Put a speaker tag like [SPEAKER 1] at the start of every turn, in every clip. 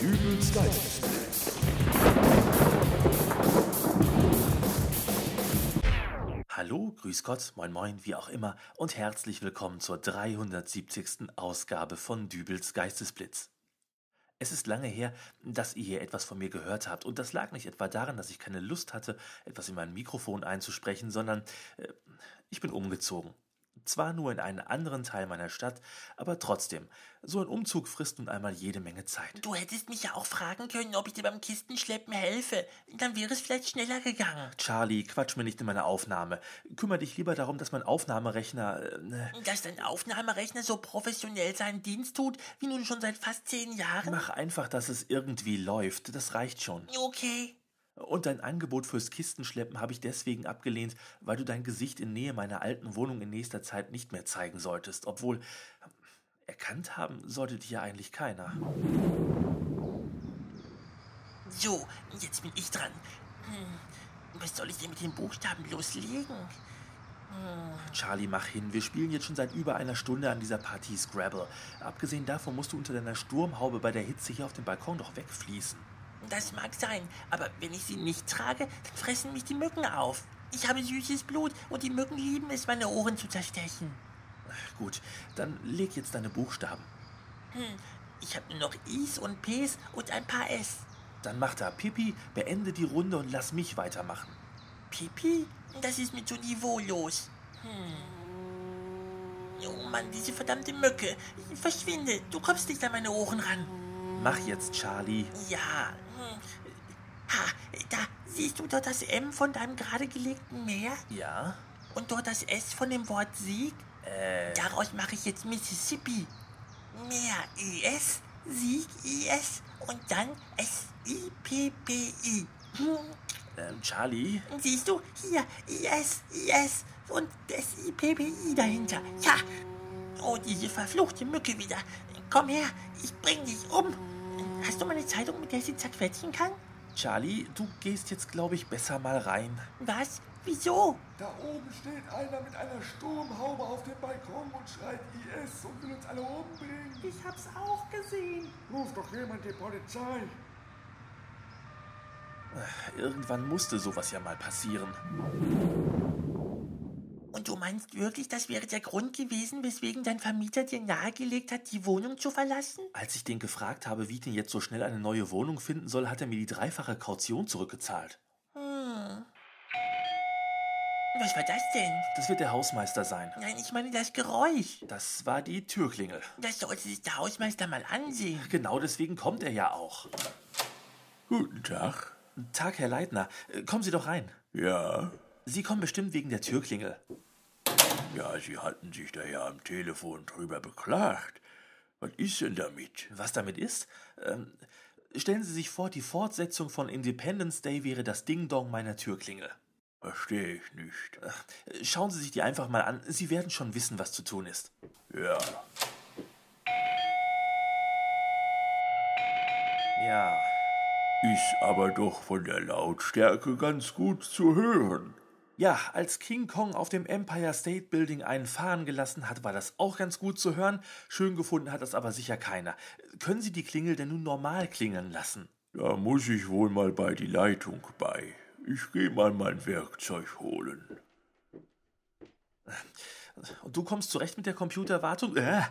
[SPEAKER 1] Geht's weiter.
[SPEAKER 2] Hallo, grüß Gott, moin moin, wie auch immer und herzlich willkommen zur 370. Ausgabe von Dübels Geistesblitz. Es ist lange her, dass ihr hier etwas von mir gehört habt und das lag nicht etwa daran, dass ich keine Lust hatte, etwas in mein Mikrofon einzusprechen, sondern äh, ich bin umgezogen. Zwar nur in einen anderen Teil meiner Stadt, aber trotzdem, so ein Umzug frisst nun einmal jede Menge Zeit.
[SPEAKER 3] Du hättest mich ja auch fragen können, ob ich dir beim Kistenschleppen helfe. Dann wäre es vielleicht schneller gegangen.
[SPEAKER 2] Charlie, quatsch mir nicht in meine Aufnahme. Kümmer dich lieber darum, dass mein Aufnahmerechner. Äh,
[SPEAKER 3] Dass dein Aufnahmerechner so professionell seinen Dienst tut, wie nun schon seit fast zehn Jahren?
[SPEAKER 2] mach einfach, dass es irgendwie läuft. Das reicht schon.
[SPEAKER 3] Okay.
[SPEAKER 2] Und dein Angebot fürs Kistenschleppen habe ich deswegen abgelehnt, weil du dein Gesicht in Nähe meiner alten Wohnung in nächster Zeit nicht mehr zeigen solltest, obwohl ähm, erkannt haben sollte dich ja eigentlich keiner.
[SPEAKER 3] So, jetzt bin ich dran. Hm, was soll ich denn mit den Buchstaben loslegen?
[SPEAKER 2] Charlie, mach hin. Wir spielen jetzt schon seit über einer Stunde an dieser Partie Scrabble. Abgesehen davon musst du unter deiner Sturmhaube bei der Hitze hier auf dem Balkon doch wegfließen.
[SPEAKER 3] Das mag sein, aber wenn ich sie nicht trage, dann fressen mich die Mücken auf. Ich habe süßes Blut und die Mücken lieben es, meine Ohren zu zerstechen.
[SPEAKER 2] Gut, dann leg jetzt deine Buchstaben.
[SPEAKER 3] Ich habe nur noch Is und Ps und ein paar S.
[SPEAKER 2] Dann mach da Pipi, beende die Runde und lass mich weitermachen.
[SPEAKER 3] Pipi? Das ist mir zu niveaulos. Hm. Oh Mann, diese verdammte Mücke. Verschwinde, du kommst nicht an meine Ohren ran.
[SPEAKER 2] Mach jetzt, Charlie.
[SPEAKER 3] Ja. Hm. Ha, da siehst du dort das M von deinem gerade gelegten Meer
[SPEAKER 2] Ja?
[SPEAKER 3] und dort das S von dem Wort Sieg?
[SPEAKER 2] Äh,
[SPEAKER 3] Daraus mache ich jetzt Mississippi. Meer IS, Sieg IS und dann S-I-P-P-I. Hm.
[SPEAKER 2] ähm, Charlie?
[SPEAKER 3] Siehst du, hier, IS, IS und das IPPI dahinter. Ja. Oh, diese verfluchte Mücke wieder. Komm her, ich bring dich um. Hast du meine Zeitung, mit der ich sie zerquetschen kann?
[SPEAKER 2] Charlie, du gehst jetzt, glaube ich, besser mal rein.
[SPEAKER 3] Was? Wieso?
[SPEAKER 1] Da oben steht einer mit einer Sturmhaube auf dem Balkon und schreit IS und will uns alle umbringen.
[SPEAKER 3] Ich hab's auch gesehen.
[SPEAKER 1] Ruft doch jemand die Polizei.
[SPEAKER 2] Irgendwann musste sowas ja mal passieren.
[SPEAKER 3] Und du meinst wirklich, das wäre der Grund gewesen, weswegen dein Vermieter dir nahegelegt hat, die Wohnung zu verlassen?
[SPEAKER 2] Als ich den gefragt habe, wie ich denn jetzt so schnell eine neue Wohnung finden soll, hat er mir die dreifache Kaution zurückgezahlt.
[SPEAKER 3] Was war das denn?
[SPEAKER 2] Das wird der Hausmeister sein.
[SPEAKER 3] Nein, ich meine das Geräusch.
[SPEAKER 2] Das war die Türklingel.
[SPEAKER 3] Das sollte sich der Hausmeister mal ansehen.
[SPEAKER 2] Genau deswegen kommt er ja auch.
[SPEAKER 4] Guten Tag.
[SPEAKER 2] Tag, Herr Leitner. Äh, Kommen Sie doch rein.
[SPEAKER 4] Ja,
[SPEAKER 2] Sie kommen bestimmt wegen der Türklingel.
[SPEAKER 4] ja, Sie hatten sich da ja am Telefon drüber beklagt. Was ist denn damit?
[SPEAKER 2] Was damit ist? Ähm, stellen Sie sich vor, die Fortsetzung von Independence Day wäre das Ding-Dong meiner Türklingel.
[SPEAKER 4] Verstehe ich nicht.
[SPEAKER 2] Äh, Schauen Sie sich die einfach mal an. Sie werden schon wissen, was zu tun ist.
[SPEAKER 4] Ja,
[SPEAKER 2] Ja.
[SPEAKER 4] ist aber doch von der Lautstärke ganz gut zu hören.
[SPEAKER 2] Ja, als King Kong auf dem Empire State Building einen fahren gelassen hat, war das auch ganz gut zu hören. Schön gefunden hat das aber sicher keiner. Können Sie die Klingel denn nun normal klingeln lassen?
[SPEAKER 4] Da muss ich wohl mal bei die Leitung bei. Ich gehe mal mein Werkzeug holen.
[SPEAKER 2] Und du kommst zurecht mit der Computerwartung? Äh,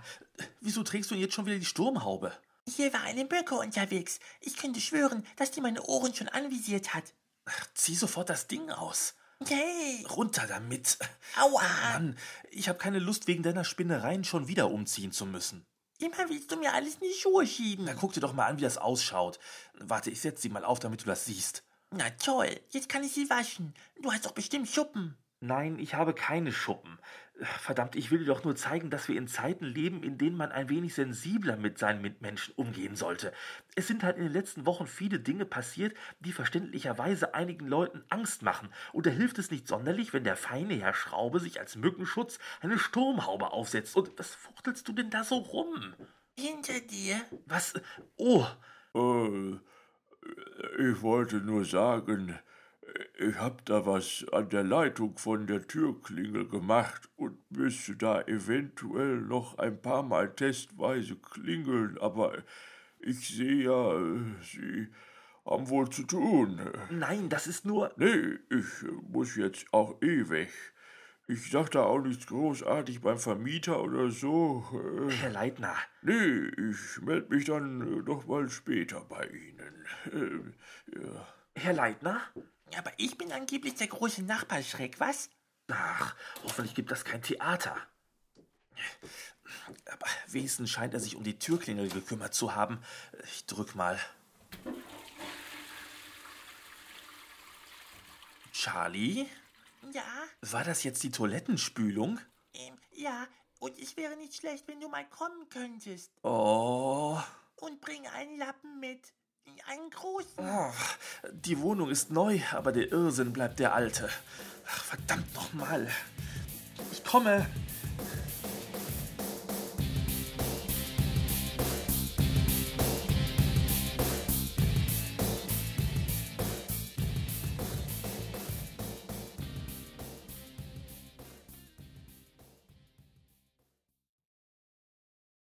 [SPEAKER 2] wieso trägst du denn jetzt schon wieder die Sturmhaube?
[SPEAKER 3] Hier war eine Mücke unterwegs. Ich könnte schwören, dass die meine Ohren schon anvisiert hat.
[SPEAKER 2] Ach, zieh sofort das Ding aus.
[SPEAKER 3] Hey,
[SPEAKER 2] Runter damit.
[SPEAKER 3] Ah. aua.
[SPEAKER 2] Mann, ich habe keine Lust, wegen deiner Spinnereien schon wieder umziehen zu müssen.
[SPEAKER 3] Immer willst du mir alles in die Schuhe schieben.
[SPEAKER 2] Dann guck dir doch mal an, wie das ausschaut. Warte, ich setze sie mal auf, damit du das siehst.
[SPEAKER 3] Na toll, jetzt kann ich sie waschen. Du hast doch bestimmt Schuppen.
[SPEAKER 2] Nein, ich habe keine Schuppen. Verdammt, ich will dir doch nur zeigen, dass wir in Zeiten leben, in denen man ein wenig sensibler mit seinen Mitmenschen umgehen sollte. Es sind halt in den letzten Wochen viele Dinge passiert, die verständlicherweise einigen Leuten Angst machen. Und da hilft es nicht sonderlich, wenn der feine Herr Schraube sich als Mückenschutz eine Sturmhaube aufsetzt. Und was fuchtelst du denn da so rum?
[SPEAKER 3] Hinter dir.
[SPEAKER 2] Was? Oh,
[SPEAKER 4] Äh, ich wollte nur sagen, ich hab da was an der Leitung von der Türklingel gemacht und müsste da eventuell noch ein paar Mal testweise klingeln, aber Ich sehe ja, äh, Sie haben wohl zu tun.
[SPEAKER 2] Nein, das ist nur.
[SPEAKER 4] Nee, ich äh, muss jetzt auch eh weg. Ich sag da auch nichts großartig beim Vermieter oder so. Äh,
[SPEAKER 2] Herr Leitner,
[SPEAKER 4] nee, ich melde mich dann äh, noch mal später bei Ihnen. Äh, ja.
[SPEAKER 2] Herr Leitner?
[SPEAKER 3] Aber ich bin angeblich der große Nachbarschreck, was?
[SPEAKER 2] Ach, hoffentlich gibt das kein Theater. Aber wenigstens scheint er sich um die Türklingel gekümmert zu haben. Ich drück mal. Charlie?
[SPEAKER 3] Ja,
[SPEAKER 2] War das jetzt die Toilettenspülung?
[SPEAKER 3] ähm, ja. Und es wäre nicht schlecht, wenn du mal kommen könntest.
[SPEAKER 2] Oh.
[SPEAKER 3] Und bring einen Lappen mit. Einen großen.
[SPEAKER 2] Ach, die Wohnung ist neu, aber der Irrsinn bleibt der alte. Ach, verdammt nochmal. Ich komme.